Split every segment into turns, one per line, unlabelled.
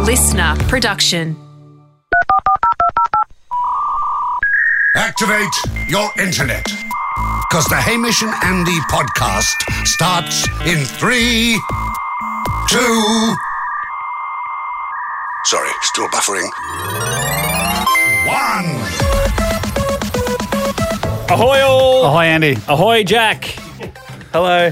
listener production.
Activate your internet. Because the Hamish and Andy podcast starts in three, two. Sorry, still buffering. One.
Ahoy all!
Hi, Andy.
Ahoy Jack! Hello.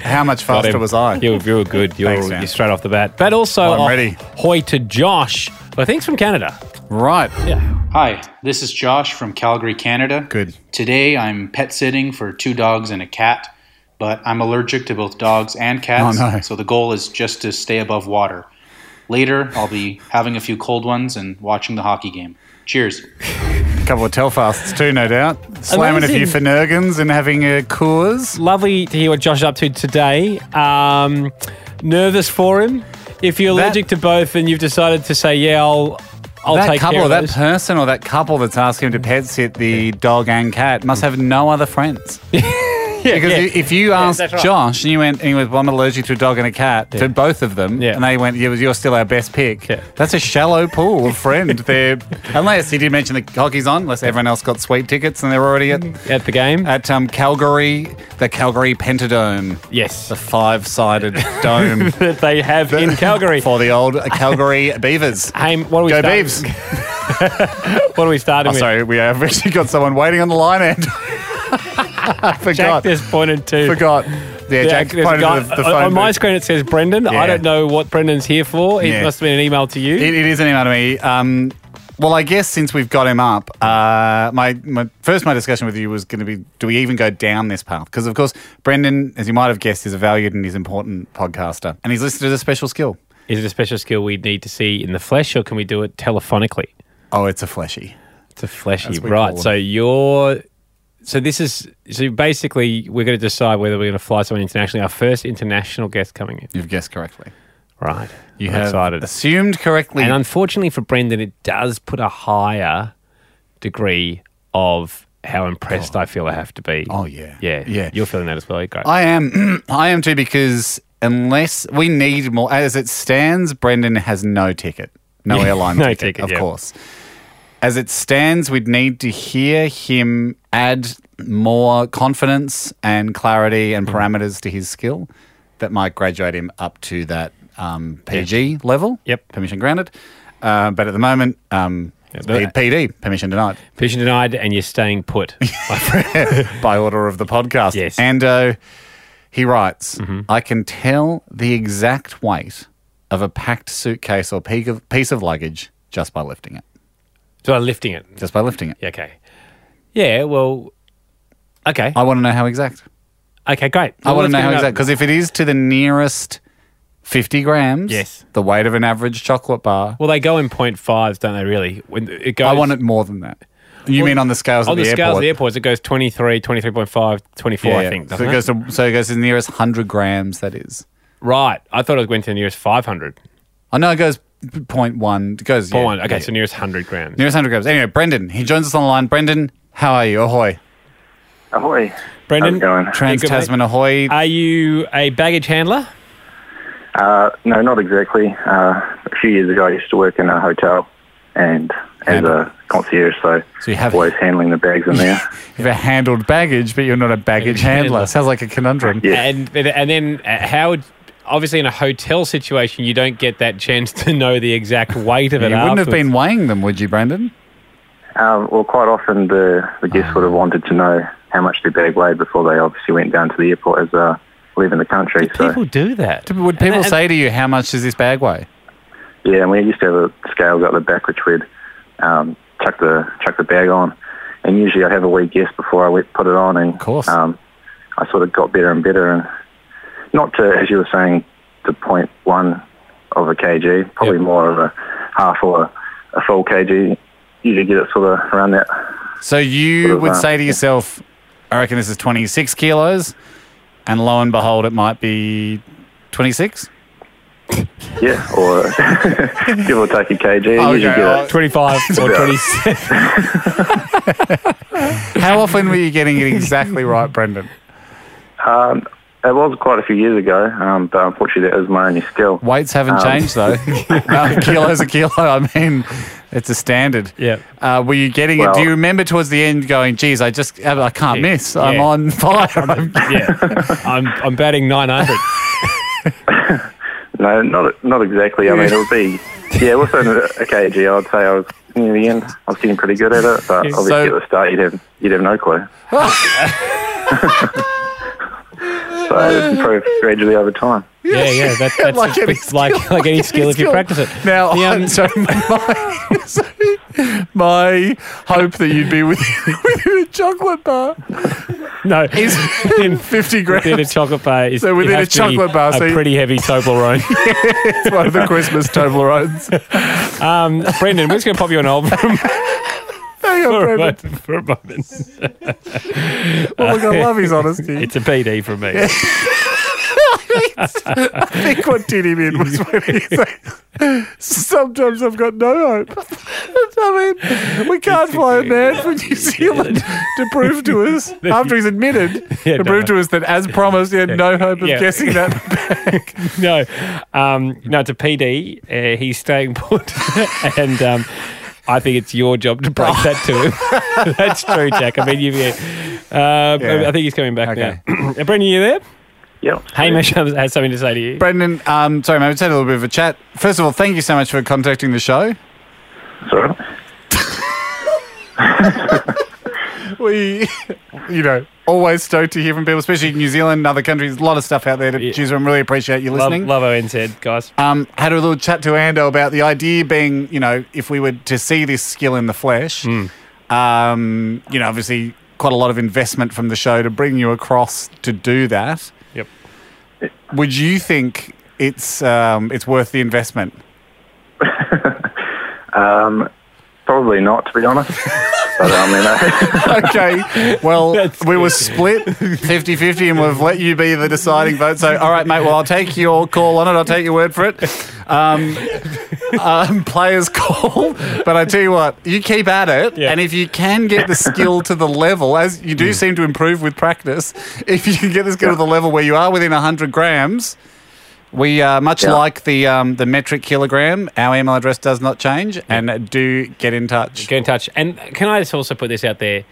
How much
Got
Oh, faster
him.
was I?
You, you were good. You
Thanks,
were
man.
you're straight off the bat. But also,
Well, I'm
ah-
ready.
ahoy to Josh. I think he's from Canada.
Right.
Yeah.
Hi, this is Josh from Calgary, Canada.
Good.
Today I'm pet sitting for two dogs and a cat, but I'm allergic to both dogs and cats,
Oh, no.
so the goal is just to stay above water. Later, I'll be having a few cold ones and watching the hockey game. Cheers.
A couple of Telfasts too, no doubt. Slamming a few
Amazing.
Finurgans and having a Coors.
Lovely to hear what Josh is up to today. Um, nervous for him. If you're
That-
allergic to both and you've decided to say, yeah, I'll, I'll
that
take
couple,
care of
that
those.
person, or that couple that's asking him to pet sit the dog and cat must have no other friends.
Yeah,
Because
yeah.
i- if you asked
that's right.
Josh and you went, and he went, well, I'm allergic to a dog and a cat, to both of them,
Yeah.
and they went, yeah, well, you're still our best pick,
Yeah.
that's a shallow pool of friend. They're, unless he did mention the hockey's on, unless everyone else got sweet tickets and they're already at,
at the game.
at um, Calgary, the Calgary Pentadome.
yes.
the five-sided dome
That they have in Calgary.
for the old Calgary Beavers.
Hey, what are we
Go
starting?
Beavs!
What are we starting
Oh,
with?
sorry, we have actually got someone waiting on the line. And
Jack
forgot,
just pointed to
forgot. Yeah, Jack
there's a
pointed
guy-
to the,
on-
the phone.
on my
booth.
screen it says Brendan.
Yeah.
I don't know what Brendan's here for. It
Yeah.
must have been an email to you.
It, it is an email to me. Um, well, I guess since we've got him up, uh, my, my first my discussion with you was going to be: Do we even go down this path? Because of course, Brendan, as you might have guessed, is a valued and he's important podcaster, and he's listed as a special skill.
Is it a special skill we need to see in the flesh, or can we do it telephonically?
Oh, it's a fleshy.
It's a fleshy,
That's what we call
right?
them.
So you're. So this is so basically we're going to decide whether we're going to fly someone internationally. Our first international guest coming in,
You've guessed correctly.
right?
You
I'm
have
excited,
assumed correctly.
and unfortunately for Brendan, it does put a higher degree of how impressed I feel I have to be.
Oh, yeah.
yeah,
Yeah.
You're feeling that as well, great.
I am. I am too because unless we need more, as it stands, Brendan has no ticket, no airline
no
ticket,
ticket,
of
yeah.
course. As it stands, we'd need to hear him add more confidence and clarity
Hmm.
and parameters to his skill that might graduate him up to that um, PG level.
Yep.
permission granted. Uh, but at the moment, um, it's
but-
P- PD permission denied.
Vision denied, and you're staying put. My friend.
by order of the podcast.
Yes. Mm-hmm.
And uh, he writes, I can tell the exact weight of a packed suitcase or pe- piece of luggage just by lifting it.
So I'm lifting it.
Just by lifting it.
Yeah, Okay. Yeah, well, okay.
I want to know how exact.
Okay, great.
I want to know how exact.
exactly.
Because if it is to the nearest 50 grams,
Yes.
the weight of an average chocolate bar,
Well, they go in point fives, don't they, really? When it goes,
I want it more than that. You mean on the scales
on
at
the,
the,
scales
airport?
of the airports, it goes 23, 23.5, 24,
Yeah,
I think.
so
doesn't
it,
it?
goes to, so it goes to the nearest 100 grams, that is.
right. I thought it went to the nearest 500.
I know it goes 0.1. It goes, yeah,
Point one. Okay,
yeah.
so nearest 100 grams.
Nearest 100 grams. Anyway, Brendan, he joins us on the line. Brendan, how are you? Ahoy.
Ahoy.
Brendan,
How's it going?
Trans
good, mate.
Tasman Ahoy.
Are you a baggage handler?
Uh, no, not exactly. Uh, a few years ago, I used to work in a hotel and as a concierge, so,
So you have-
always handling the bags in there.
You've a handled baggage, but you're not a baggage handler.
handler.
Sounds like a conundrum.
Yeah.
And, and then uh, how would. Obviously, in a hotel situation, you don't get that chance to know the exact weight of
You
it.
wouldn't have
afterwards.
been weighing them, would you, Brendan?
um, well, quite often the, the guests would have wanted to know how much their bag weighed before they obviously went down to the airport as uh, leaving the country. So
People do that.
Would people say to you, how much does this bag weigh?
yeah, and we used to have a scales out the back which we'd um, chuck the chuck the bag on, and usually I'd have a wee guess before I went put it on, and of
course.
um, I sort of got better and better, and not to as you were saying to point one of a kg, probably
Yep.
more of a half or a, a full kg. Usually get it sort of around that.
So
Sort
you
of,
would
uh,
say to yourself, I reckon this is 26 kilos, and lo and behold, it might be 26?
Yeah, or give or take a kg.
Oh,
usually
okay,
get
I'll-
it.
25 or 27.
How often were you getting it exactly right, Brendan?
Um, It was quite a few years ago, um, but unfortunately, that is my only skill.
Weights haven't
Um,
changed though. no, kilo's a kilo. I mean, it's a standard.
Yeah.
Uh, were you getting it? Do
Well-
you remember towards the end going, "Geez, I just I can't
Yeah.
miss. I'm
Yeah.
on fire." I'm-
Yeah, I'm I'm batting 900.
No, not not exactly. I mean, it would be yeah, within a a kg, I'd say I was near the end. I was getting pretty good at it, but obviously
So-
at the start, you'd have you'd have no clue. so it's improved gradually over time.
Yeah, yeah, that, that's
Like
like,
any
any
skill,
like like any skill if you
skill.
practice it.
Now,
The, um,
I'm sorry, my, sorry, my hope that you'd be with, within a chocolate bar
no,
is
within,
50
within a
grams.
chocolate bar is
So
it
within
has
a
to be
chocolate bar,
a
so you-
pretty heavy Toblerone.
It's one of the Christmas Toblerones.
um, Brendan, we're just going to pop you on hold for a
Hang on, Brendan.
moment. For a moment.
Well, look, Oh I love his honesty.
It's a PD from me.
I think what did him in was when he said, Sometimes I've got no hope. I mean, we can't fly a man from New Zealand to prove to us, after he's admitted,
Yeah, no,
to prove
no.
to us that, as promised, he had no hope of
Yeah.
guessing that.
no, um, no, it's a PD. Uh, he's staying put, and um, I think it's your job to break that to him. That's true, Jack. I mean, you've, uh,
Yeah.
I think he's coming back
Okay.
now. Uh, Brendan, you there?
Yep.
Hamish has something to say to you.
Brendan, um, sorry, mate, we just had a little bit of a chat. First of all, thank you so much for contacting the show.
Sorry.
We, you know, always stoked to hear from people, especially in New Zealand and other countries. A lot of stuff out there to
Yeah.
choose from. Really appreciate you
Love,
listening.
love ONZ, guys.
Um, had a little chat to Ando about the idea being, you know, if we were to see this skill in the flesh, um, you know, obviously quite a lot of investment from the show to bring you across to do that.
Yep.
Would you think it's um, it's worth the investment?
Probably not, to be honest. but um, you know,
okay. Well, we were split 50 50, and we've let you be the deciding vote. So, all right, mate. Well, I'll take your call on it. I'll take your word for it. Um, um, players call. But I tell you what, you keep at it.
Yeah. Mm.
And if you can get the skill to the level, as you do seem to improve with practice, if you can get the skill to the level where you are within 100 grams, we uh, much
Yeah.
like the um, the metric kilogram. Our email address does not change, and do get in touch.
Get in touch. And can I just also put this out there?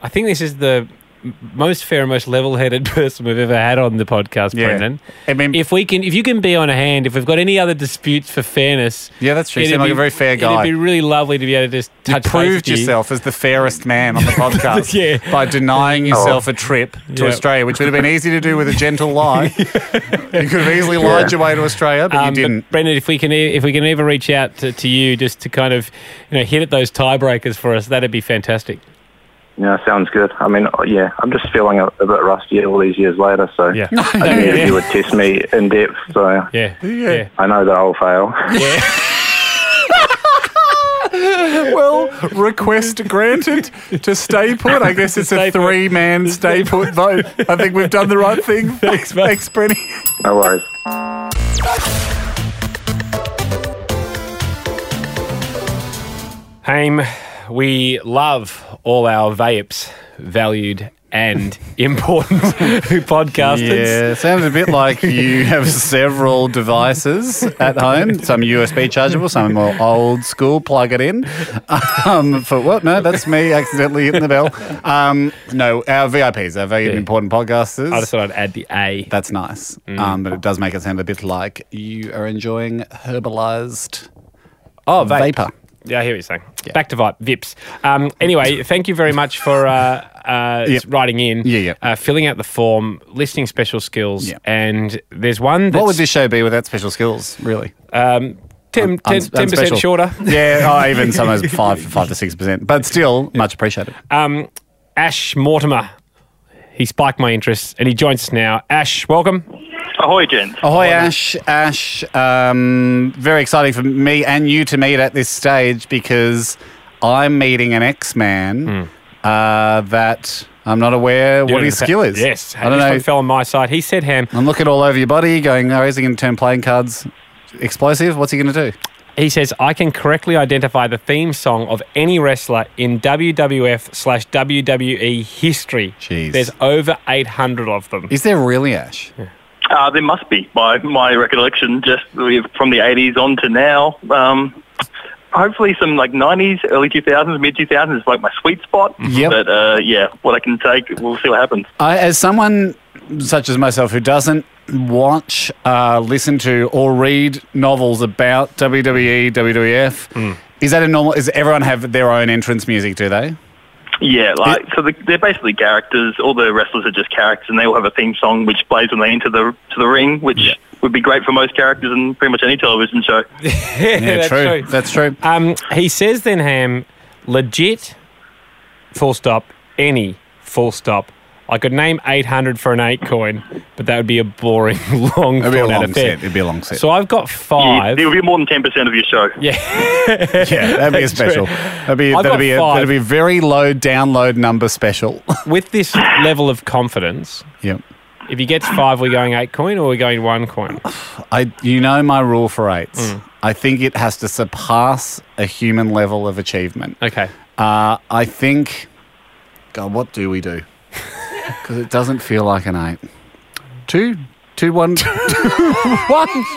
I think this is the m- most fair and most level-headed person we've ever had on the podcast,
Yeah.
Brendan.
I mean-
if we can, if you can be on hand, if we've got any other disputes for fairness,
Yeah, that's true. You
it'd
seem like a very fair guy.
It'd be really lovely to be able to just touch base
proved
with you.
yourself as the fairest man on the podcast
Yeah. Oh.
by denying yourself a trip to
Yeah.
Australia, which would have been easy to do with a gentle lie. you could have easily lied your way to Australia, but
Um,
you didn't.
But Brendan, if we can, e- if we can ever reach out to, to you just to kind of, you know, hit at those tiebreakers for us, that'd be fantastic.
yeah, sounds good. I mean, uh, yeah, I'm just feeling a, a bit rusty all these years later. So
Yeah.
I knew that you would test me in depth. So
Yeah, yeah.
I know that I'll fail.
Well, request granted to stay put. I guess it's
Stay
a
put.
three man stay put vote. I think we've done the right thing. Thanks,
mate.
Thanks, Brenny.
No worries.
Haim, we love all our vapes, valued and important podcasters.
Yeah, sounds a bit like you have several devices at home. Some USB chargeable, some more old school. Plug it in. Um, for what? No, that's me accidentally hitting the bell. Um, no, our VIPs, our very
Yeah.
important podcasters.
I just thought I'd add the A.
that's nice,
Mm.
um, but it does make it sound a bit like you are enjoying herbalized
Oh,
vapor.
Yeah, I hear what you're saying. Back to Vipe, Vips. Um, anyway, thank you very much for uh, uh,
Yep.
writing in,
Yeah, yeah.
Uh, filling out the form, listing special skills.
Yeah.
And there's one that's
What would this show be without special skills? Really,
um, 10, 10
Un- unspecial.
percent shorter.
Yeah, oh, even sometimes five, five to six percent, but still much appreciated.
Um, Ash Mortimer. He spiked my interest and he joins us now. Ash, welcome.
Ahoy, gents.
Ahoy, Ash. Ash, um, very exciting for me and you to meet at this stage because I'm meeting an X Man
Hmm.
uh, that I'm not aware what his skill is.
Yes.
I don't
This
know.
one fell on my side. He said, Ham,
I'm looking all over your body, going, "Oh, is he going to turn playing cards explosive? What's he going to do?"
He says, I can correctly identify the theme song of any wrestler in WWF slash WWE history.
Jeez.
There's over 800 of them.
Is there really Ash?
Uh, there must be, by my recollection, just from the 80s on to now. Um, hopefully some like 90s, early 2000s, mid 2000s is like my sweet spot.
Yep.
But uh, yeah, what I can take, we'll see what happens.
I, as someone such as myself who doesn't watch, uh, listen to, or read novels about E, WWE, WWF,
Hmm.
is that a normal? Is everyone have their own entrance music? Do they?
Yeah, like so the, they're basically characters. All the wrestlers are just characters, and they all have a theme song which plays when they enter the to the ring, which would be great for most characters in pretty much any television show.
Yeah,
that's
true.
true.
That's true.
Um, he says then, Ham, legit, full stop, any, full stop. I could name 800 for an 8 coin, but that would be a boring, long
It'd be a
thought-out
long
affair.
set. It'd be a long set.
So I've got five.
It would be more than ten percent of your show.
yeah, that'd be a special.
true.
That'd be
I've
that'd
got
be, a,
five.
that'd be a very low download number special.
With this level of confidence,
yep.
if he gets five, we're going 8 coin or we're going 1 coin?
I, you know my rule for eights.
Hmm.
I think it has to surpass a human level of achievement.
Okay.
Uh, I think, God, what do we do? Because it doesn't feel like an eight. Two, two, one, two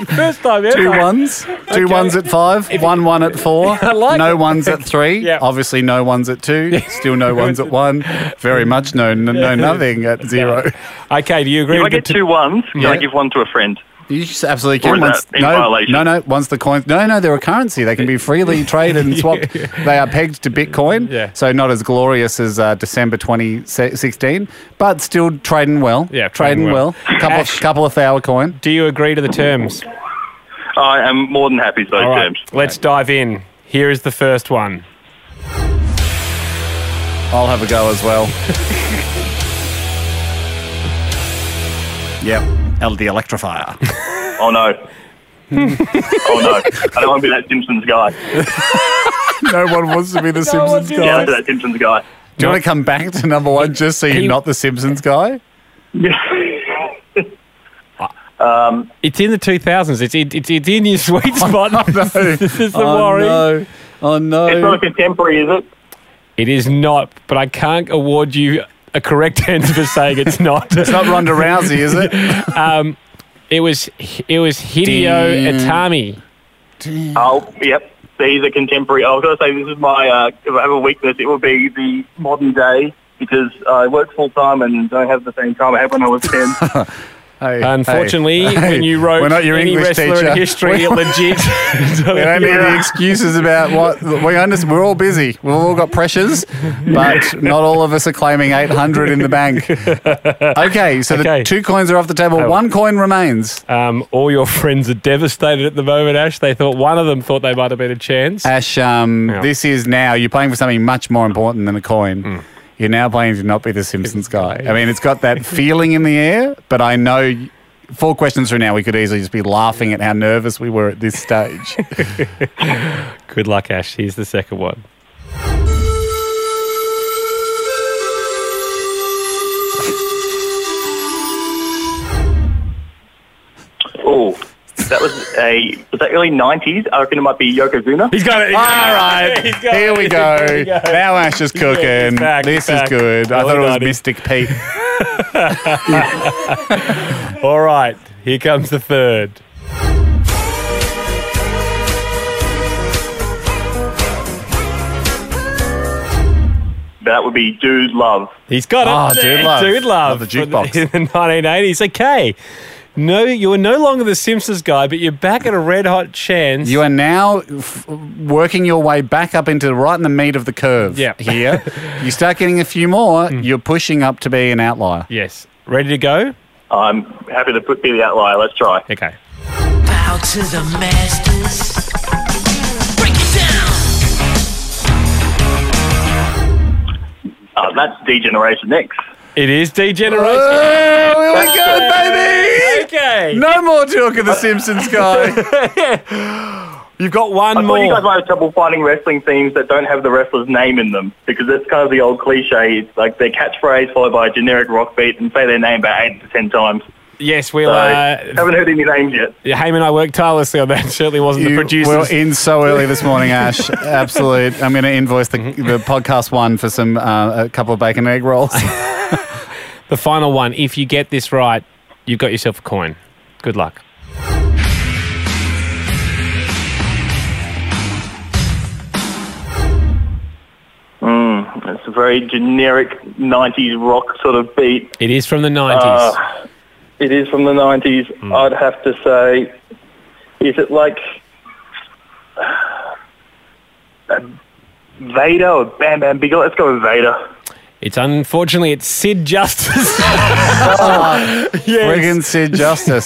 First time ever.
ones, two ones at five, one one at four,
I like
no
it.
ones at three.
Yeah.
Obviously, no ones at two. Still no ones at one. Very much no, no, no nothing at zero.
Okay, do you agree
If I
with the
get
t-
two ones, can
Yeah.
I give one to a friend?
You just absolutely
Or
can.
is that
Once,
in
no,
violation?
no, no. Once the coins, no, no, they're a currency. They can be freely traded and swapped. They are pegged to Bitcoin.
Yeah.
So not as glorious as uh, December 2016, but still trading well.
Yeah,
trading
trading
well.
well.
Couple, of,
Ash.
couple of thou coin.
Do you agree to the terms?
I am more than happy to those
All right,
terms.
let's dive in. Here is the first one.
I'll have a go as well. yep. El- the electrifier.
Oh no. oh no! I don't want to be that Simpsons guy.
no one wants to be the Simpsons
Yeah,
guy.
I'm that Simpsons guy.
Do you want to come back to number one just so you're
He-
not the Simpsons guy?
It's in the 2000s. It's, it, it's, it's in your sweet spot. this is the worry.
no. Oh no.
It's not a contemporary, is it?
It is not, but I can't award you a correct answer for saying it's not.
It's not Ronda Rousey, is it?
It was it was Hideo
Damn.
Itami.
Oh, yep. These are contemporary. I was going to say this is my, uh, if I have a weakness, it would be the modern day because I work full time and don't have the same time I had when I was 10.
Hey,
Unfortunately,
hey, hey,
when you wrote
we're not your
any
English
wrestler
teacher.
in history, it legit.
we don't need the excuses about what we understand. We're all busy. We've all got pressures, but not all of us are claiming eight hundred in the bank. Okay, so the
Okay. Oh.
two coins are off the table. One coin remains.
um, all your friends are devastated at the moment, Ash. They thought one of them thought they might have been a chance.
Ash, um,
Yeah. Hmm.
this is now. You're playing for something much more important than a coin. You're now playing to not be the Simpsons guy. I mean, it's got that feeling in the air, but I know. y- Four questions from now, we could easily just be laughing at how nervous we were at this stage.
Good luck, Ash. Here's the second one.
oh, that was a, was that early 90s? I reckon it might be Yokozuna.
He's got it.
All right,
He's got
here we
it.
go.
Here we go.
Now Ash is cooking.
he's back,
this
he's back.
is good. I thought it was
Illuminati.
Mystic Pete.
All right, here comes the third.
That would be Dude Love.
He's got it.
Oh, Dude Love.
Dude love.
Love the
from
jukebox.
In the 1980s. Okay. No, you're no longer the Simpsons guy, but you're back at a red hot chance.
You are now f- working your way back up into right in the meat of the curve.
Yeah. Hmm.
Here, you start getting a few more. You're pushing up to be an outlier.
yes. Ready to go?
I'm happy to put be the outlier. Let's try.
Okay.
Bow to the masters. Break it down.
Uh, that's Degeneration X.
It is Degeneration.
Oh, here we go, baby!
okay.
Uh, No more talk of the Simpsons guy.
You've got one
I thought you guys
more.
might have trouble finding wrestling themes that don't have the wrestler's name in them because that's kind of the old cliche. It's like their catchphrase followed by a generic rock beat and say their name about eight to ten times.
Yes, we'll.
So,
Uh,
haven't heard any names yet.
Heyman and I worked tirelessly on that. Certainly wasn't the
You were
producers.
in so early this morning, Ash. Absolute. I'm going to invoice the, the
Mm-hmm.
podcast one for some uh, a couple of bacon egg rolls.
the final one. If you get this right, you've got yourself a coin. Good luck.
It's a very generic 90s rock sort of beat.
It is Hmm. from the 90s.
Uh, it is from the 90s. I'd have to say, is it like uh, Vader or Bam Bam Bigelow? Let's go with Vader.
it's unfortunately it's Sid Justice. yes.
Friggin' Sid Justice.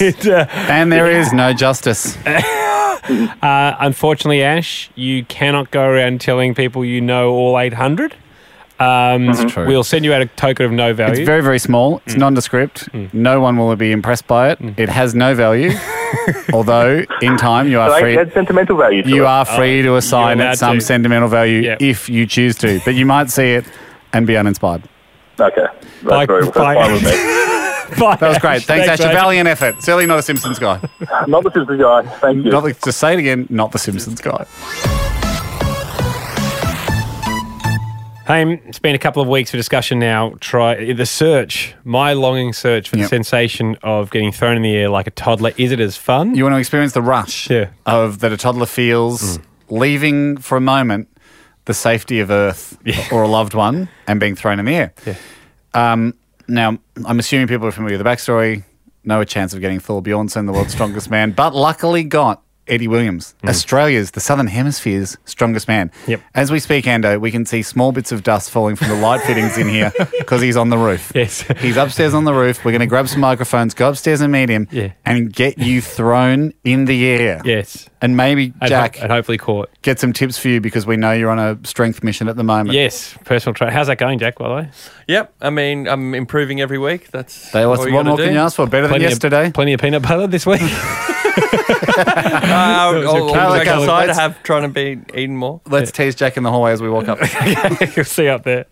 It, uh,
And there is no justice.
Uh, unfortunately, Ash, you cannot go around telling people you know all 800. Um,
true.
We'll send you out a token of no value.
It's very, very small.
Mm.
It's nondescript. No one will be impressed by it. It has no value. Although, in time, you are
Like,
free.
that's sentimental value. To
You
it.
are free to assign
Oh, allowed
it some
to.
sentimental value
Yep.
if you choose to, but you might see it and be uninspired.
okay. That's
Like,
very, that's
fine.
fine with me.
Bye,
That was great. Thanks, Ash. A
Ash.
valiant effort. Certainly not a Simpsons guy.
Not this is the guy. Thank you.
Not the, just say it again. Not the Simpsons guy.
Hey, it's been a couple of weeks for discussion now. Try the search, my longing search for the
Yep.
sensation of getting thrown in the air like a toddler. Is it as fun?
You want to experience the rush
Yeah. Mm.
of that a toddler feels leaving for a moment the safety of Earth or a loved one and being thrown in the air. Um, now, I'm assuming people are familiar with the backstory. No chance of getting Thor Bjornsson, the world's strongest man, but luckily got Eddie Williams, Australia's, the Southern Hemisphere's strongest man.
Mm. Yep.
As we speak, Ando, we can see small bits of dust falling from the light fittings in here because he's on the roof.
Yes.
He's upstairs on the roof. We're going to grab some microphones, go upstairs and meet him,
Yeah.
and get you thrown in the air.
yes.
And maybe,
And ho-
Jack,
and hopefully caught.
get some tips for you because we know you're on a strength mission at the moment.
Yes, personal trainer. How's that going, Jack? By the way,
Yep. I mean, I'm improving every week. That's
They, what's,
all you
what
gotta
more
do.
can you ask for? Better than yesterday?
of, plenty of peanut butter this week.
Uh, I'll, I'll go
Colour colour
outside. I
plates.
have trying to be eating more.
Let's tease Jack in the hallway as we walk up.
You'll see up there.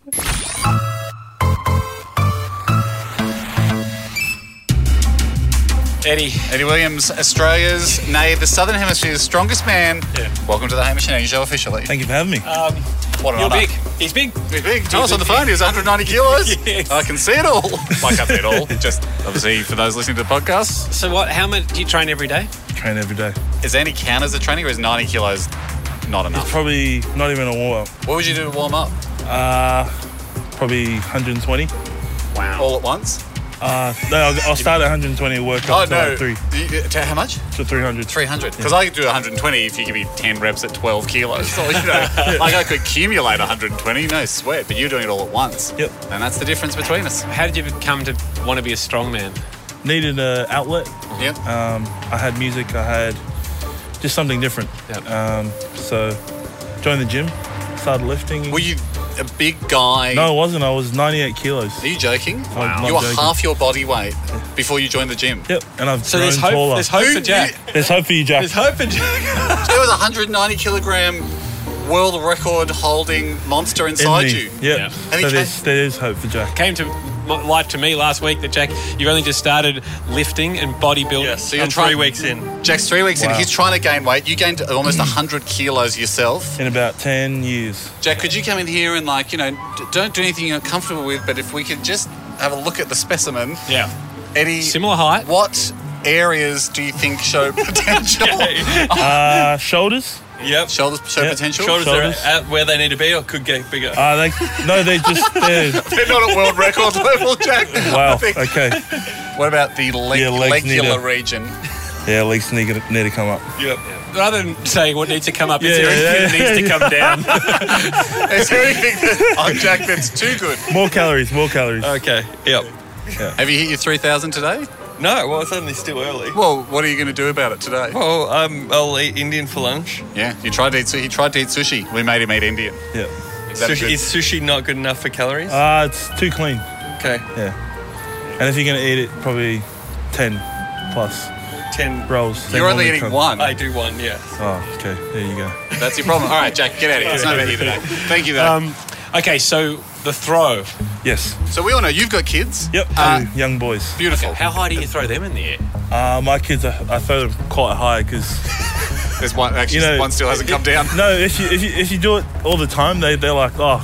Eddie,
Eddie Williams, Australia's, nay, the Southern Hemisphere's strongest man. Welcome to the Hamish and Andy Show officially.
Thank you for having me.
Uh, What an
you're
honour.
big. He's big.
He's big. Tell us on the phone. He was 190 kilos. I can see it all. I can't see it all. Just obviously for those listening to the podcast,
So what? How much do you train every day?
Train every day.
is there any count as a training or is 90 kilos not enough?
Probably not even a warm up.
What would you do to warm up?
Uh, probably 120.
All at once?
Uh, no, I'll, I'll start at 120 and work
Oh
up to
no!
like three
You- To how much?
to 300.
Three hundred. Because I could do one hundred and twenty if you give me ten reps at twelve kilos. So, you know, like I could accumulate one hundred and twenty, no sweat. But you're doing it all at once.
Yep.
And that's the difference between us.
How did you come to want to be a strongman?
Needed an outlet.
Yep.
Um, I had music. I had just something different.
Yep.
Um, so joined the gym, started lifting.
Were you a big guy?
no, I wasn't. I was 98 kilos.
Are you joking?
not
You were
joking.
half your body weight before you joined the gym.
Yep. And I've
So
grown
there's hope.
taller.
There's hope
Who-
for Jack.
There's hope for you, Jack.
There's hope for Jack.
There was a hundred and ninety kilogram world record holding monster
in
inside
me.
you.
Yep.
And he
So there's, there is hope for Jack.
Came to m- light to me last week that Jack, you've only just started lifting and bodybuilding.
Yes,
you're
I'm
trying-
three weeks in.
Jack's three weeks in.
Wow.
He's trying to gain weight. You gained almost hundred kilos yourself.
In about 10 years.
Jack, could you come in here and like you know, d- don't do anything you're uncomfortable with, but if we could just have a look at the specimen.
Yeah.
Eddie,
Similar height.
What areas do you think show potential?
Uh, shoulders.
Yep.
Shoulders show
Yeah,
potential.
Shoulders,
Shoulders.
are at where they need to be, or could get bigger.
Uh, they, no, they just they're
They're not at world record level, Jack. I
wow.
think-
Okay,
What about the leg-
Yeah, legs need
legular
a-
region?
yeah, legs need, to- need to come up.
yep.
Rather than saying what needs to come up,
Yeah,
it's
yeah,
everything
yeah.
that needs to come down.
Is there anything that on Jack that's too good?
More calories, more calories.
Okay. Yep.
Have you hit your 3,000 today?
No, well, it's only still early.
Well, what are you going to do about it today?
Well, um, I'll eat Indian for lunch.
Yeah, you tried to eat. su- He tried to eat sushi. We made him eat Indian.
yeah,
Is that
Sushi,
good?
is sushi not good enough for calories?
uh, it's too clean.
okay.
Yeah, and if you're gonna eat it, probably ten plus
Ten.
rolls. They
You're only
normally
eating
come-
one.
I do one. Yeah.
Oh, okay. There you go.
That's your problem. All right, Jack, get out of here. It's not about you today. Thank you, though.
Okay, so
The throw.
Yes.
So we all know you've got kids.
Yep.
Uh,
young- young boys.
Beautiful.
How high do you throw them in the air?
Uh, my kids, I, I throw them quite high because
There's one actually
you know
one still hasn't come down.
No, if you, if you if you do it all the time, they they're like, oh,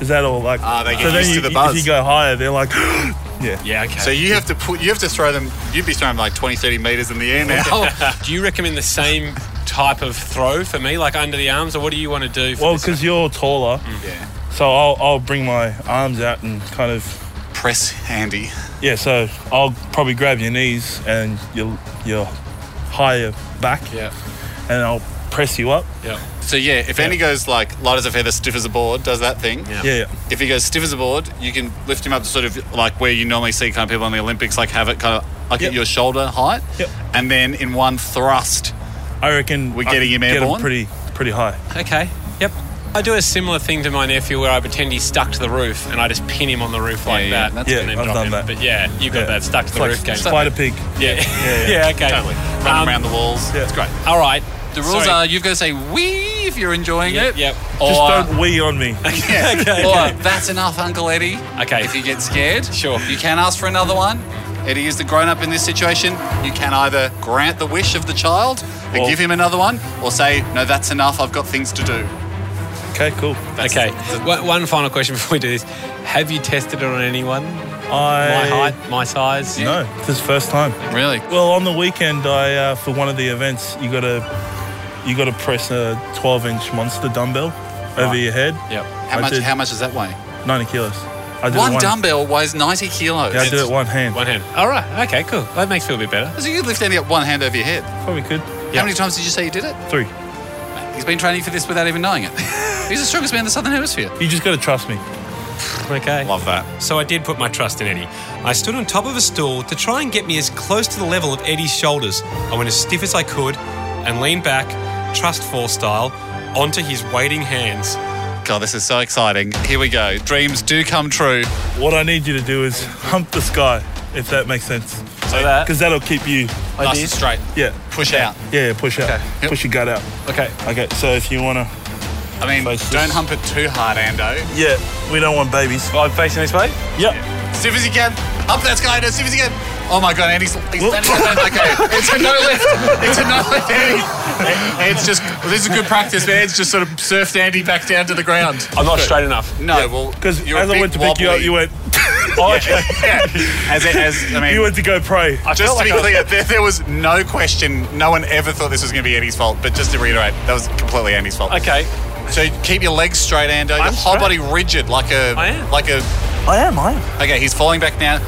is that all? Like,
Ah, they get
so then
used
you,
to the
If
buzz.
you go higher, they're like, yeah.
Yeah, okay.
So you have to put you have to throw them. You'd be throwing like 20, 30 meters in the air now.
Oh. do you recommend the same type of throw for me, like under the arms, or what do you want to do? For
Well,
this
because you're taller,
yeah.
so I'll I'll bring my arms out and kind of
Press handy.
yeah. So I'll probably grab your knees and your your higher back,
one? yeah,
and I'll press you up.
yeah.
So yeah, if Andy goes like light as a feather, stiff as a board, does that thing.
Yeah.
Yeah, yeah.
If he goes stiff as a board, you can lift him up to sort of like where you normally see kind of people in the Olympics, like have it kind of like
Yep.
at your shoulder height.
Yep.
And then in one thrust,
I reckon
We're
I
getting him
could get
airborne?
pretty pretty high.
Okay. Yep. I do a similar thing to my nephew where I pretend he's stuck to the roof and I just pin him on the roof like
Yeah, yeah,
that.
that's
Yeah,
and then
I've
drop
done
him.
that.
But yeah, you got
Yeah.
that stuck to
It's
the
like
roof game.
Spider pig.
Yeah.
Yeah,
Yeah.
yeah.
okay.
totally run
Um,
around the walls.
yeah.
It's great.
all right.
The rules
Sorry.
are you've got to say wee if you're enjoying
Yep.
it.
yep.
Or,
Just don't wee on me.
yeah, or that's enough, Uncle Eddie.
Okay.
If you get scared,
Sure.
You can ask for another one. Eddie is the grown up in this situation. You can either grant the wish of the child and
Or-
give him another one, or say, no, that's enough, I've got things to do.
Okay, cool.
Okay. One one final question before we do this. Have you tested it on anyone? My
I
height, my size?
No, this is first time.
Really?
Well, on the weekend, I uh, for one of the events, you gotta you gotta press a 12-inch monster dumbbell over your head.
Yep.
How
I
much
did
how much does that weigh?
90 kilos. I did it
One, dumbbell weighs 90 kilos.
Yeah, I did it one hand.
One hand. All right. Okay, cool. That makes me feel a bit better.
So you could lift Eddie up one hand over your head.
Probably could.
How many times did you say you did it?
Three.
He's been training for this without even knowing it. He's the strongest man in the Southern Hemisphere.
You just gotta trust me.
Okay.
Love that.
So I did put my trust in Eddie. I stood on top of a stool to try and get me as close to the level of Eddie's shoulders. I went as stiff as I could and leaned back, trust fall style, onto his waiting hands.
God, this is so exciting. Here we go. Dreams do come true.
What I need you to do is hump the sky, if that makes sense.
So
that.
Because that'll keep you.
nice and straight.
Yeah.
Push out.
Yeah, yeah, push out.
Yep.
Push your gut out.
Okay.
Okay, so if you wanna.
I mean,
Faces.
don't hump it too hard, Ando.
Yeah, we don't want babies.
I'm facing this way.
Yep.
Stiff as you can. Up that sky, as stiff as you can. Oh my god, Andy's, he's standing on that. Okay, it's a no lift. It's a no lift, Andy. It's just, this is good practice, man. It's just sort of surfed Andy back down to the ground.
I'm not straight enough.
No, well,
Because
you're a
as I
bit
went to pick you up,
wobbly.
you went. oh, okay.
Yeah. As, as, I mean,
You went to go pray.
just to be clear, there, there was no question. No one ever thought this was going to be Andy's fault. But just to reiterate, that was completely Andy's fault.
Okay.
So keep your legs straight, Ando. Your
I'm
whole
straight.
body rigid, like a
I am.
like a.
I am, I am.
Okay, he's falling back now.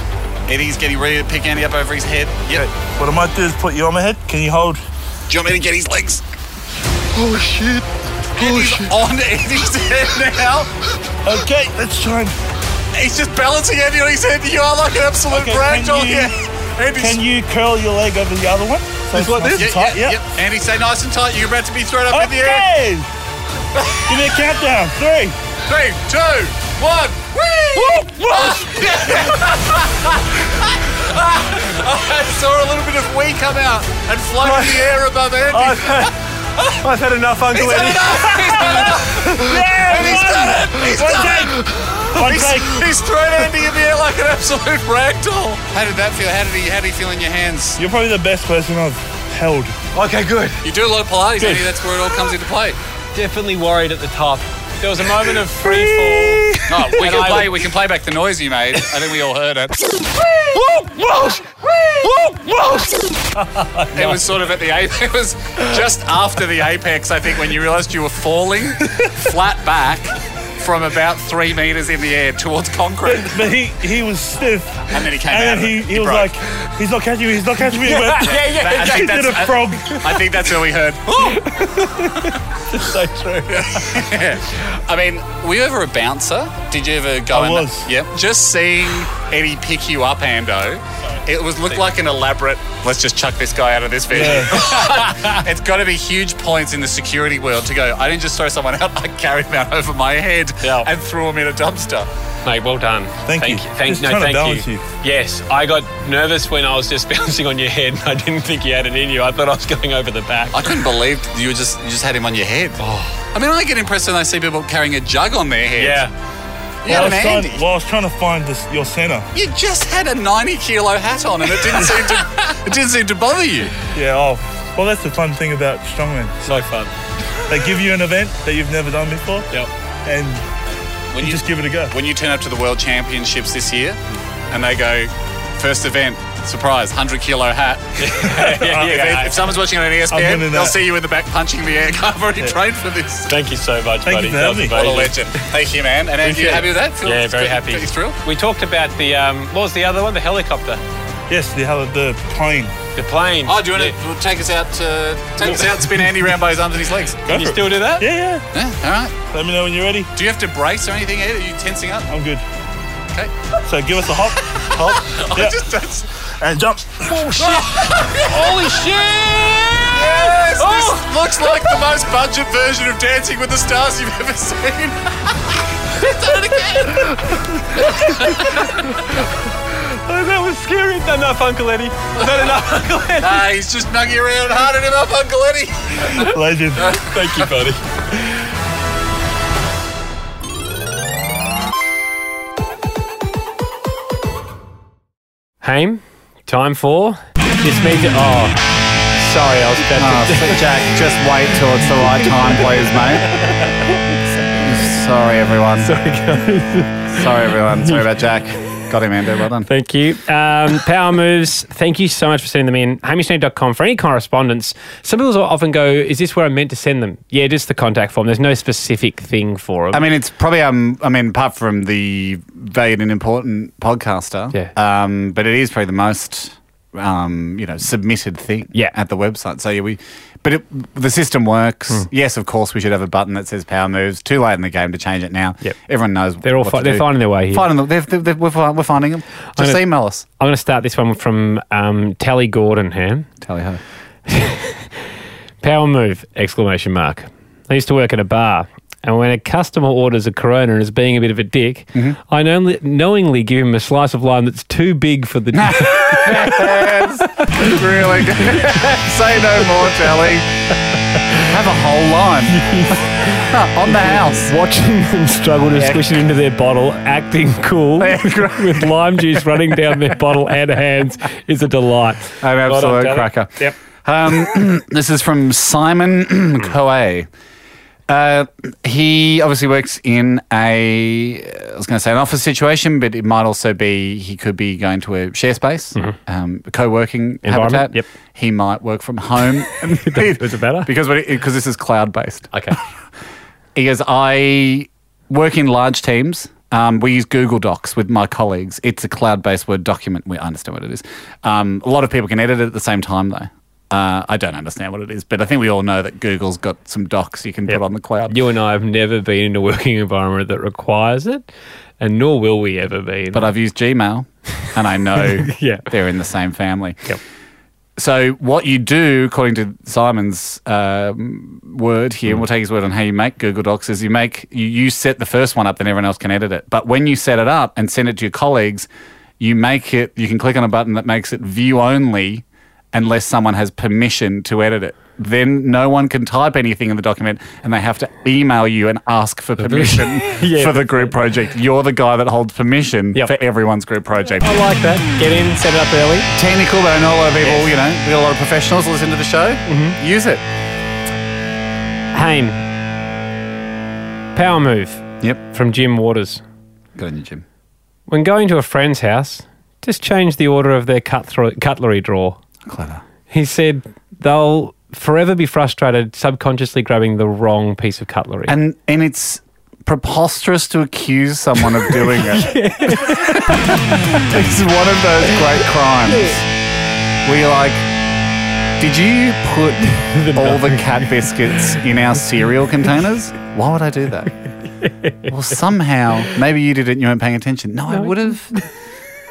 Eddie's getting ready to pick Andy up over his head. Yep.
What I might do is put you on my head. Can you hold?
Do you want me to get his legs? Oh shit! Oh, Andy's on Eddie's head now.
Okay, let's try. And,
He's just balancing Andy on his head. You are like an absolute
Okay,
rag
can
doll
you-
here. Andy's
can you curl your leg over the other one? So it's
like
nice
this.
and Tight, yeah.
yep. Andy, stay nice and tight. You're about to be thrown up in the air.
Okay. Give me a countdown. Three.
Three, two, one. Whee! I saw a little bit of wee come out and float in the air above Andy.
I've had, I've had enough, Uncle
He's
Eddie.
done enough. He's done enough.
Yeah,
And he's
one.
done it. He's
one
done it.
take. One take.
He's, he's thrown Andy in the air like an absolute rag doll. How did that feel? How did he? How did he feel in your hands?
You're probably the best person I've held.
Okay, good.
You do a lot of Pilates, Andy. That's where it all comes into play.
Definitely worried at the top. There was a moment of free fall.
No, we
And
can
I
play.
would-
We can play back the noise you made. I think we all heard it. It was sort of at the apex. It was just after the apex, I think, when you realised you were falling flat back from about three meters in the air towards concrete,
But he, he was stiff.
and then he came out.
And then
of
he,
it.
he was
broke.
like, he's not catching me, he's not catching me. He went-
Yeah, yeah, I
He
think
did a
that's- uh,
frog.
I think that's where we heard.
Oh! so true.
I mean, were you ever a bouncer? Did you ever go?
I
in
was.
The, yep. Just seeing Eddie pick you up, Ando. It was looked like an elaborate. Let's just chuck this guy out of this video. it's got to be huge points in the security world to go. I didn't just throw someone out. I carried him out over my head
Yeah.
and threw him in a dumpster.
Mate, well done.
Thank you.
Thank,
Just
no,
trying to
thank
balance
you.
you.
Yes, I got nervous when I was just bouncing on your head and I didn't think you had it in you. I thought I was going over the back.
I couldn't believe you were Oh. just you just had him on your head. I mean, I get impressed when I see people carrying a jug on their head.
Yeah.
You had an
I was
Andy.
trying, well, I was trying to find this, your centre.
You just had a 90 kilo hat on and it didn't seem to, it didn't seem to bother you.
Yeah, oh, well, that's the fun thing about strongman.
So fun.
They give you an event that you've never done before.
Yep.
And
When
you, just give it a go.
When you turn up to the World Championships this year and they go, first event, surprise, 100 kilo hat.
yeah,
if,
yeah.
if someone's watching on E
I'm
ESPN,
winning
they'll
that.
see you in the back punching the air. I've already trained for this.
Thank you so much,
Thank
buddy.
you for
That was
having me.
What a
amazing.
legend. Thank you, man. And Andy, you
Appreciate
happy
it.
with that? Feel-
Yeah, very
pretty-
happy.
Pretty thrilled?
We talked about the um, what was the other one? The helicopter,
Yes, the, hell- the plane.
the plane.
Oh, do you want to take us out? Uh, take us out. Spin Andy around by his arms and his legs.
Can you
for it.
still do that?
Yeah, yeah.
Yeah, all right.
Let me know when you're ready.
Do you have to brace or anything? Ed? Are you tensing up?
I'm good.
Okay.
So give us a hop, hop,
I
yeah,
just- Oh, that's-
and jump.
Holy shit!
yes, this looks like the most budget version of Dancing with the Stars you've ever seen. He's done it again.
Oh, that was scary. Not enough, Uncle Eddie. Not enough, Uncle Eddie.
Nah, he's just mugging around hard him up, Uncle Eddie.
Legend.
Thank you, buddy.
Haim, time for. This means. Oh, sorry, I was about to.
Ah, Jack, just wait till it's the right time, please, mate. Sorry, everyone. Sorry, guys. Sorry, everyone. Sorry about Jack. Got him, Andy. Well done.
Thank you. Um, Power Moves, thank you so much for sending them in. HamishNeed.com for any correspondence. Some people often go, Is this where I'm meant to send them? Yeah, just the contact form. There's no specific thing for
I
them.
mean, it's probably um. I mean, apart from the valued and important podcaster,
Yeah.
Um, but it is probably the most um, you know, submitted thing.
Yeah.
At the website, so yeah, we. But it, the system works.
Hmm.
Yes, of course, we should have a button that says "Power Moves." Too late in the game to change it now.
Yep.
Everyone knows
They're all
what
fi-
to
they're
do.
finding their way here.
Finding them. They've, they've, they've- we're, fi- we're finding them. Just
gonna-
email us.
I'm going to start this one from um, Tally Gordon, Ham.
Tally ho.
Power move! Exclamation mark. I used to work at a bar, and when a customer orders a Corona and is being a bit of a dick, I knowingly, knowingly give him a slice of lime that's too big for the.
Yes. really. good. Say no more, Tally. Have a whole line on the house.
Watching them struggle to squish it into their bottle, acting cool with lime juice running down their bottle and hands is a delight.
An
Well done,
absolute
Tally.
cracker.
Yep.
Um, this is from Simon Coe. Uh, he obviously works in a, I was going to say an office situation, but it might also be he could be going to a share space, um, co-working
Mm-hmm. Environment,
habitat.
yep.
He might work from home.
does it matter?
Because what it- because this is cloud based.
Okay.
He goes, I work in large teams. Um, we use Google Docs with my colleagues. It's a cloud based Word document. We I understand what it is. Um, a lot of people can edit it at the same time, though. Uh, I don't understand what it is, but I think we all know that Google's got some docs you can put on the cloud.
You and I have never been in a working environment that requires it, and nor will we ever be.
But I've used Gmail and I know
Yeah.
they're in the same family.
Yep.
So, what you do, according to Simon's um, word here,
Mm.
and we'll take his word on how you make Google Docs, is you make you, you set the first one up, then everyone else can edit it. But when you set it up and send it to your colleagues, you make it. You can click on a button that makes it view only, unless someone has permission to edit it. Then no one can type anything in the document, and they have to email you and ask for permission
Yeah.
for the group project. You're the guy that holds permission
Yep. Oh.
for everyone's group project
I like that. Get in, set it up early.
technical, but I know a lot of people, you know, we got a lot of professionals listen to the show. Use it.
Haim. Power move
Yep.
from Jim Waters.
Go in the gym.
When going to a friend's house, just change the order of their cutthro- cutlery drawer.
Clever.
He said they'll forever be frustrated subconsciously grabbing the wrong piece of cutlery.
And and it's preposterous to accuse someone of doing it. it's one of those great crimes. We like did you put all the cat biscuits in our cereal containers? Why would I do that? Well, somehow, maybe you did it and you weren't paying attention. No, I would have.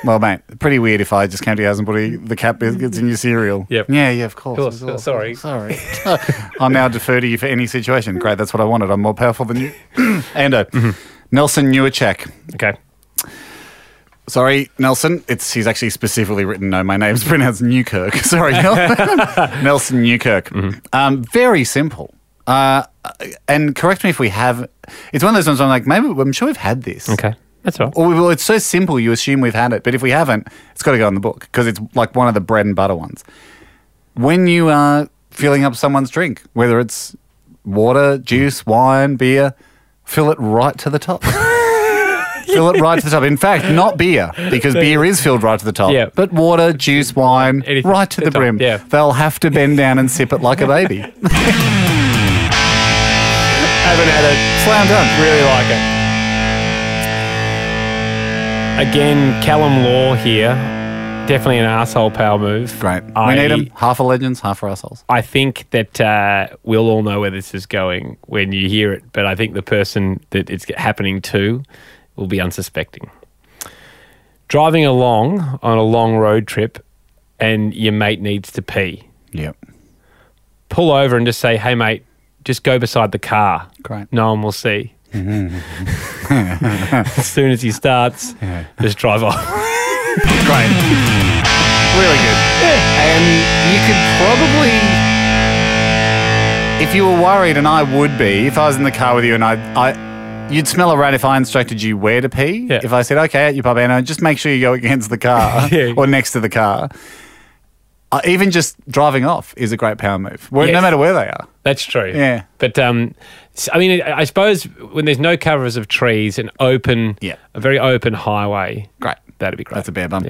Well, mate, pretty weird if I just came to your house and put all the cat biscuits in your cereal.
Yep.
Yeah, yeah, of course.
Of course,
it's awful.
sorry.
Sorry. I'll now defer to you for any situation. Great, that's what I wanted. I'm more powerful than you. Ando.
Mm-hmm.
Nelson Newacek.
okay.
Sorry, Nelson. It's he's actually specifically written. No, my name's pronounced Newkirk. Sorry, Nelson,
Mm-hmm.
Nelson Newkirk. Um, very simple. Uh, and correct me if we have it's one of those ones where I'm like, maybe I'm sure we've had this.
Okay. That's all right.
Or we, well, it's so simple, you assume we've had it. But if we haven't, it's got to go in the book because it's like one of the bread and butter ones. When you are filling up someone's drink, whether it's water, juice, wine, beer, fill it right to the top. fill it right to the top. In fact, not beer because beer is filled right to the top.
Yeah.
But water, juice, wine,
Anything
right to
to
the
the top,
brim.
yeah.
They'll have to bend down and sip it like a baby.
Haven't had it.
Slam dunk.
Really like it. Again, Callum Law here. Definitely an asshole power move.
Great. we
I-
need them. Half are legends, half are assholes.
I think that uh, we'll all know where this is going when you hear it, but I think the person that it's happening to will be unsuspecting. Driving along on a long road trip and your mate needs to pee,
Yep.
pull over and just say, hey, mate, just go beside the car.
Great.
No one will see. as soon as he starts, just drive off.
Great. really good. And you could probably, if you were worried, and I would be, if I was in the car with you and I, I you'd smell a rat if I instructed you where to pee.
Yeah.
If I said, okay, at your pub, Anna, just make sure you go against the car
Yeah.
or next to the car. Uh, even just driving off is a great power move, well, no
Yes.
matter where they are.
That's true.
Yeah.
But um, s- I mean, I I suppose when there's no covers of trees, an open,
Yeah.
a very open highway,
Great.
that'd be great.
That's a bear bum.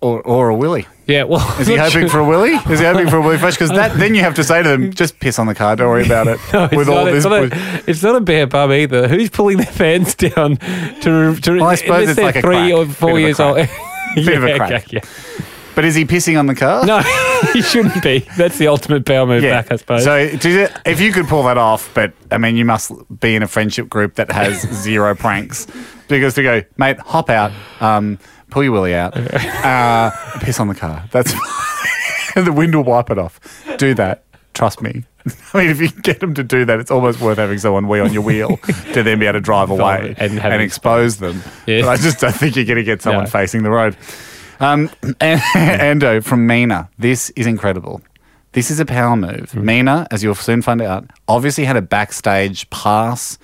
Or, or a willy.
yeah. Well,
Is he hoping for a willy? Is he hoping for a willy fresh? Because that then you have to say to them, just piss on the car, don't worry about it.
No, it's, not, it's, not a, it's not a bear bum either. Who's pulling their fans down to? to
Well, I suppose
unless
it's
they're
like a
three
crack.
or
Bit of
four
a
years old.
crack. Bit of a
Yeah,
crack.
yeah.
But is he pissing on the car?
No, he shouldn't be. That's the ultimate power move back, I suppose.
So to- if you could pull that off, but I mean, you must be in a friendship group that has zero pranks because to go, mate, hop out, um, pull your willy out, uh, piss on the car. That's the wind will wipe it off. Do that. Trust me. I mean, if you can get them to do that, it's almost worth having someone wee on your wheel to then be able to drive away
and
and,
have it
expose them.
Yes.
But I just don't think you're going to get someone
No.
facing the road. Um, and, Ando from Mina. This is incredible. This is a power move. Mina, as you'll soon find out, obviously had a backstage pass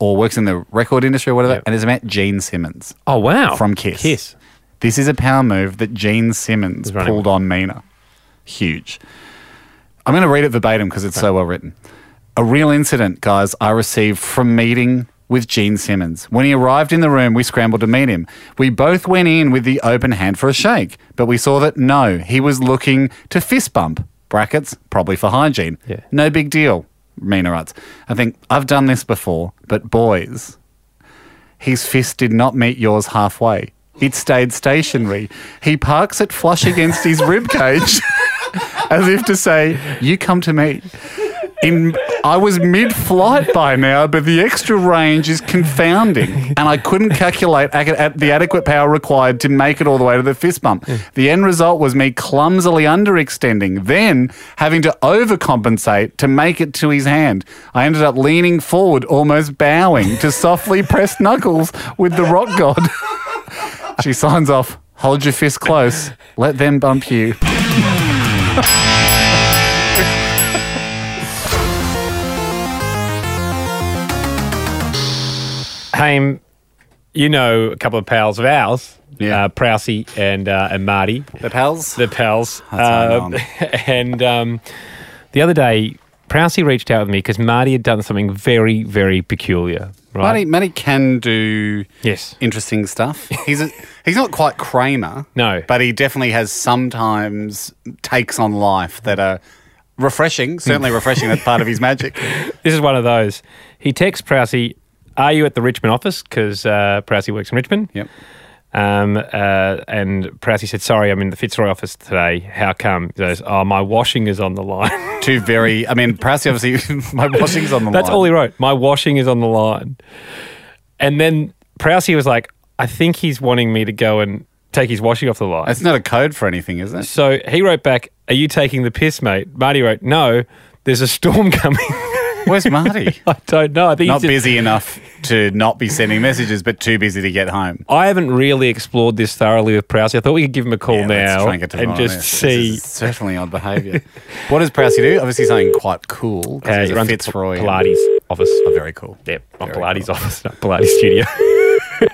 or works in the record industry or whatever, and has met Gene Simmons
oh wow,
from Kiss.
Kiss.
This is a power move that Gene Simmons
running
pulled on Mina. Huge. I'm going to read it verbatim because it's so well written. A real incident, guys, I received from meeting with Gene Simmons. When he arrived in the room, we scrambled to meet him. We both went in with the open hand for a shake, but we saw that no, he was looking to fist bump. Brackets, probably for hygiene.
Yeah.
No big deal, Mina writes. I think I've done this before, but boys, his fist did not meet yours halfway. It stayed stationary. He parks it flush against his rib cage, as if to say, "You come to me." In, I was mid-flight by now, but the extra range is confounding, and I couldn't calculate ac- at the adequate power required to make it all the way to the fist bump. The end result was me clumsily underextending, then having to overcompensate to make it to his hand. I ended up leaning forward, almost bowing, to softly press knuckles with the rock god. she signs off. Hold your fist close. Let them bump you.
Haim, you know a couple of pals of ours,
Yeah.
uh, Prousey and uh, and Marty,
The pals.
the pals.
how I
Um,
know
and um, the other day, Prousey reached out with me because Marty had done something very, very peculiar. Right?
Money, money can do
Yes.
interesting stuff. He's a, he's not quite Kramer,
No.
but he definitely has sometimes takes on life that are refreshing.
Mm.
Certainly refreshing. That's part of his magic.
This is one of those. He texts Prousey, "Are you at the Richmond office?" Because uh, Prousey works in Richmond.
Yep.
Um, uh, and Prousey said, "Sorry, I'm in the Fitzroy office today. How come?" He goes, "Oh, my washing is on the line."
Two very. I mean, Prowse obviously. my washing's on the
That's
line.
all he wrote. My washing is on the line. And then Prousey was like, I think he's wanting me to go and take his washing off the line.
That's not a code for anything, is it?
so he wrote back, Are you taking the piss, mate? Marty wrote, No, there's a storm coming.
Where's Marty?
I don't know. I think
not
he's just-
busy enough to not be sending messages, but too busy to get home.
I haven't really explored this thoroughly with Prousey. I thought we could give him a call
Yeah, let's
now
try and, get to the bottom of
just
this. This
see.
is certainly odd behaviour. what does Prousey do? Obviously, something quite cool. 'cause
Uh,
he's
he
a
runs
Fitzroy.
Pilates office.
Oh, very cool.
Yeah, not
Very
Pilates office, not Pilates studio.
Hello,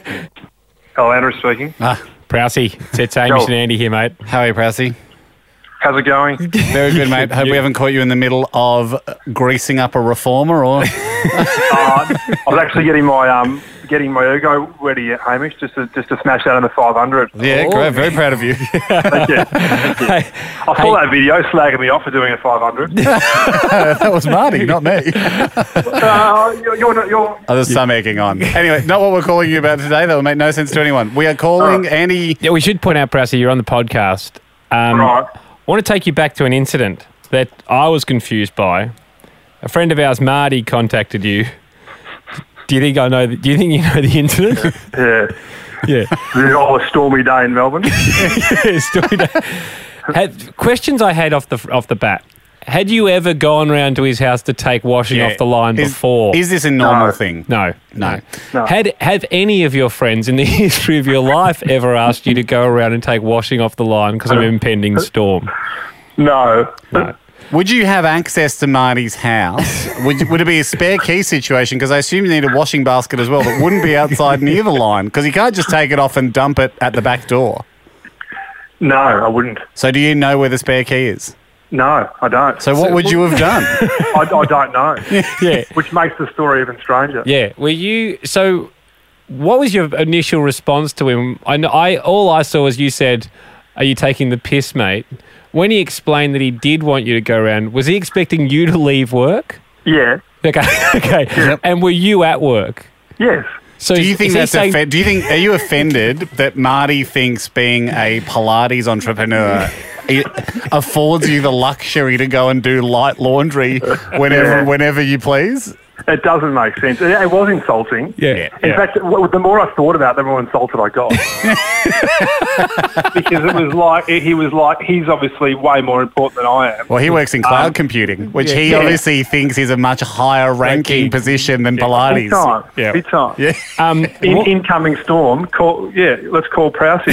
Oh, Andrew speaking.
Ah,
Prousey, it's, it's Amish and Andy here, mate.
How are you, Prousey?
How's it going? Uh,
Very good, mate. Hope we haven't caught you in the middle of greasing up a reformer or.
I was actually getting my um, getting my ergo ready, Hamish, just to just to smash that in the 500.
Yeah, great. Very proud of you.
Thank you. Thank you. I saw that video slagging me off for doing a 500.
that was Marty, not me.
uh, you're, you're, not, you're
Oh, there's some egging on. Anyway, not what we're calling you about today. That will make no sense to anyone. We are calling Andy.
Yeah, we should point out, Prousey, you're on the podcast. Um,
Right.
I want to take you back to an incident that I was confused by. A friend of ours, Marty, contacted you. Do you think I know? The, do you think you know the incident?
yeah.
yeah.
It's all a stormy day in Melbourne.
Story to- had, questions I had off the off the bat. Had you ever gone round to his house to take washing
Yeah.
off the line
Is-
before?
Is this a normal thing?
No.
No.
No.
Had have any of your friends in the history of your life ever asked you to go around and take washing off the line because of an impending storm?
No.
Would you have access to Marty's house? would, would it be a spare key situation? Because I assume you need a washing basket as well that wouldn't be outside near the line because you can't just take it off and dump it at the back door.
No, I wouldn't.
So do you know where the spare key is?
No, I don't.
So what would you have done?
I, I don't know.
Yeah.
Which makes the story even stranger.
Yeah. Were you so? What was your initial response to him? I, know, I all I saw was you said, "Are you taking the piss, mate?" When he explained that he did want you to go around, was he expecting you to leave work?
Yeah.
Okay, okay. And were you at work?
Yes.
So
Do you
is-
think
is he
that's
saying-
offe- do you think are you offended that Marty thinks being a Pilates entrepreneur it affords you the luxury to go and do light laundry whenever
Yeah.
whenever you please?
It doesn't make sense. It, it was insulting.
Yeah.
In fact, w- the more I thought about it, the more insulted I got. because it was like, he was like, he's obviously way more important than I am.
Well, he works in cloud computing, which he
Um, Yeah.
obviously thinks is a much higher ranking position than
Big
Pilates.
time. Big time.
Yeah.
Um,
In,
what-
incoming storm, call, yeah, let's call Prousey.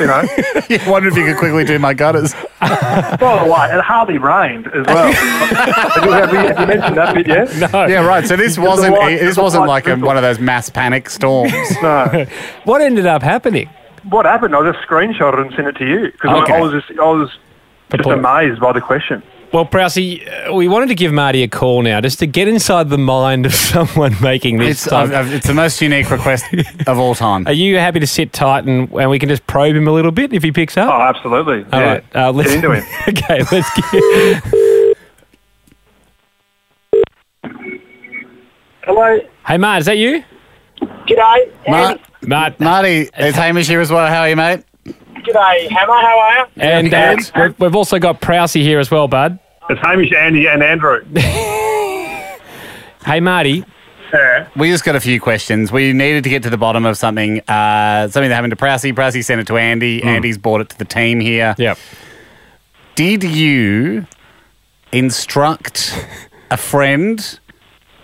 you know.
I wonder if you could quickly do my gutters.
By the way, it hardly rained as well. have, you, have you- have you mentioned that bit yet?
no.
Yeah, right. So this
Because the
wasn't e,
light-
this
the
wasn't
light
like a,
drizzle.
one of those mass panic storms.
No.
What ended up happening?
What happened? I just screenshot it and sent it to you because
Okay.
I, I was just, I was just
Purport.
amazed by the question.
Well, Prousey, uh, we wanted to give Marty a call now just to get inside the mind of someone making this
It's,
stuff.
I've- I've- it's the most unique request of all time.
Are you happy to sit tight and, and we can just probe him a little bit if he picks up?
Oh, absolutely.
All
yeah.
right, uh, let's,
Get into him.
okay, let's get.
Hello.
hey, Mart, is that you?
G'day.
Mar-
Mart
Marty, it's Hamish here as well. How are you, mate?
G'day, Hammer. How are you?
and uh, we've, we've also got Prousey here as well, bud.
It's Hamish, Andy, and Andrew.
Hey, Marty.
Yeah.
We just got a few questions. We needed to get to the bottom of something, uh, something that happened to Prousey. Prousey sent it to Andy. Andy's brought it to the team here.
Yep.
Did you instruct a friend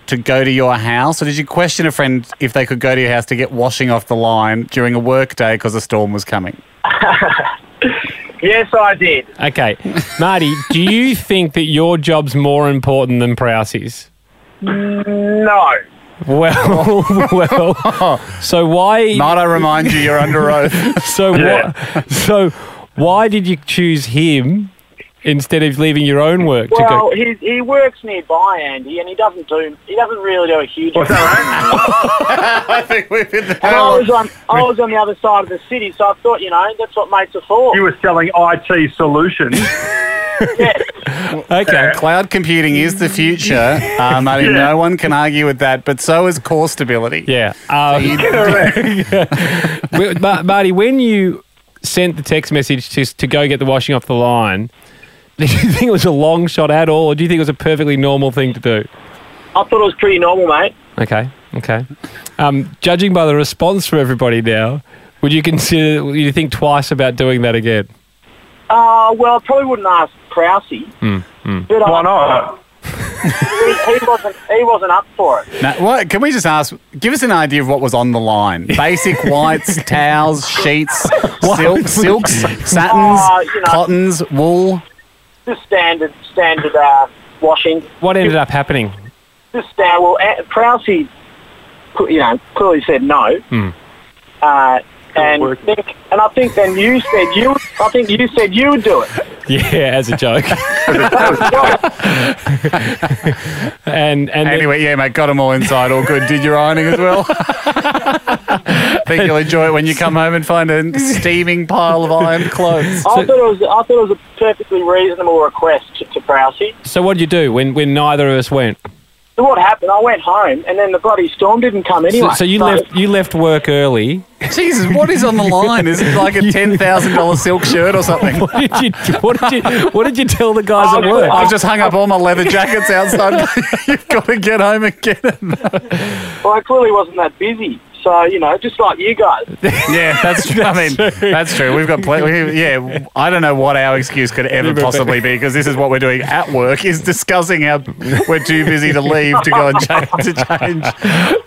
to go to your house, or did you question a friend if they could go to your house to get washing off the line during a work day because a storm was coming?
Yes, I did.
Okay, Marty, do you think that your job's more important than Prousey's?
No.
Well, well. So why?
Might I remind you, you're under oath.
So
Yeah.
what? So why did you choose him instead of leaving your own work to
Well,
go?
he, he works nearby, Andy, and he doesn't do he doesn't really do a huge.
What's that, right?
I think we've hit the
And I was on I was on the other side of the city, so I thought you know that's what mates are for.
You were selling IT solutions.
Yeah.
Okay.
Cloud computing is the future. Um, I mean, no one can argue with that, but so is core stability.
Yeah. Um, we- Ma- Marty, when you sent the text message to to go get the washing off the line, did you think it was a long shot at all, or do you think it was a perfectly normal thing to do?
I thought it was pretty normal, mate.
Okay. Okay. Um, judging by the response from everybody now, would you consider? Would you think twice about doing that again?
Uh, well, I probably wouldn't ask Prousey, but
Why
I,
not?
he, he wasn't. He wasn't up for it.
Now, what, can we just ask? Give us an idea of what was on the line. Basic whites, towels, sheets, silk, silks, satins,
Oh, you know.
cottons, wool.
Just standard, standard uh, washing.
What ended up happening?
Just stand. Well, uh, Prousey, cl- you know, clearly said no.
Hmm.
Uh, and think, and I think then you said you. I think you said you would do it.
Yeah, as a joke. and and
anyway, yeah, mate, got them all inside, all good. Did your ironing as well. I think you'll enjoy it when you come home and find a steaming pile of ironed clothes.
I thought it was. I thought it was a perfectly reasonable request to, to Prousey.
So what did you do when, when neither of us went?
So what happened? I went home, and then the bloody storm didn't come anyway.
so, so you left you left work early.
Jesus, what is on the line? Is it like a ten thousand dollar silk shirt or something?
What did you What did you What did you tell the guys
Oh,
at work?
I've just hung up all my leather jackets outside. You've got to get home and get them.
Well, I clearly wasn't that busy. So you know, just like you guys.
Yeah, that's true. I mean, that's true. We've got plenty. we- Yeah, I don't know what our excuse could ever possibly be because this is what we're doing at work is discussing how we're too busy to leave to go and change. To change.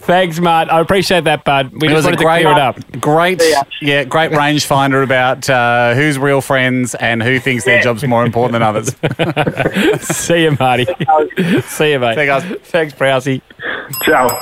Thanks, Mart. I appreciate that, bud. We
It was a
just wanted to
great-
clear it up.
Great, yeah, great rangefinder about uh, who's real friends and who thinks their job's more important than others.
See you, Marty. See you, mate. Thanks, Prousey.
Ciao.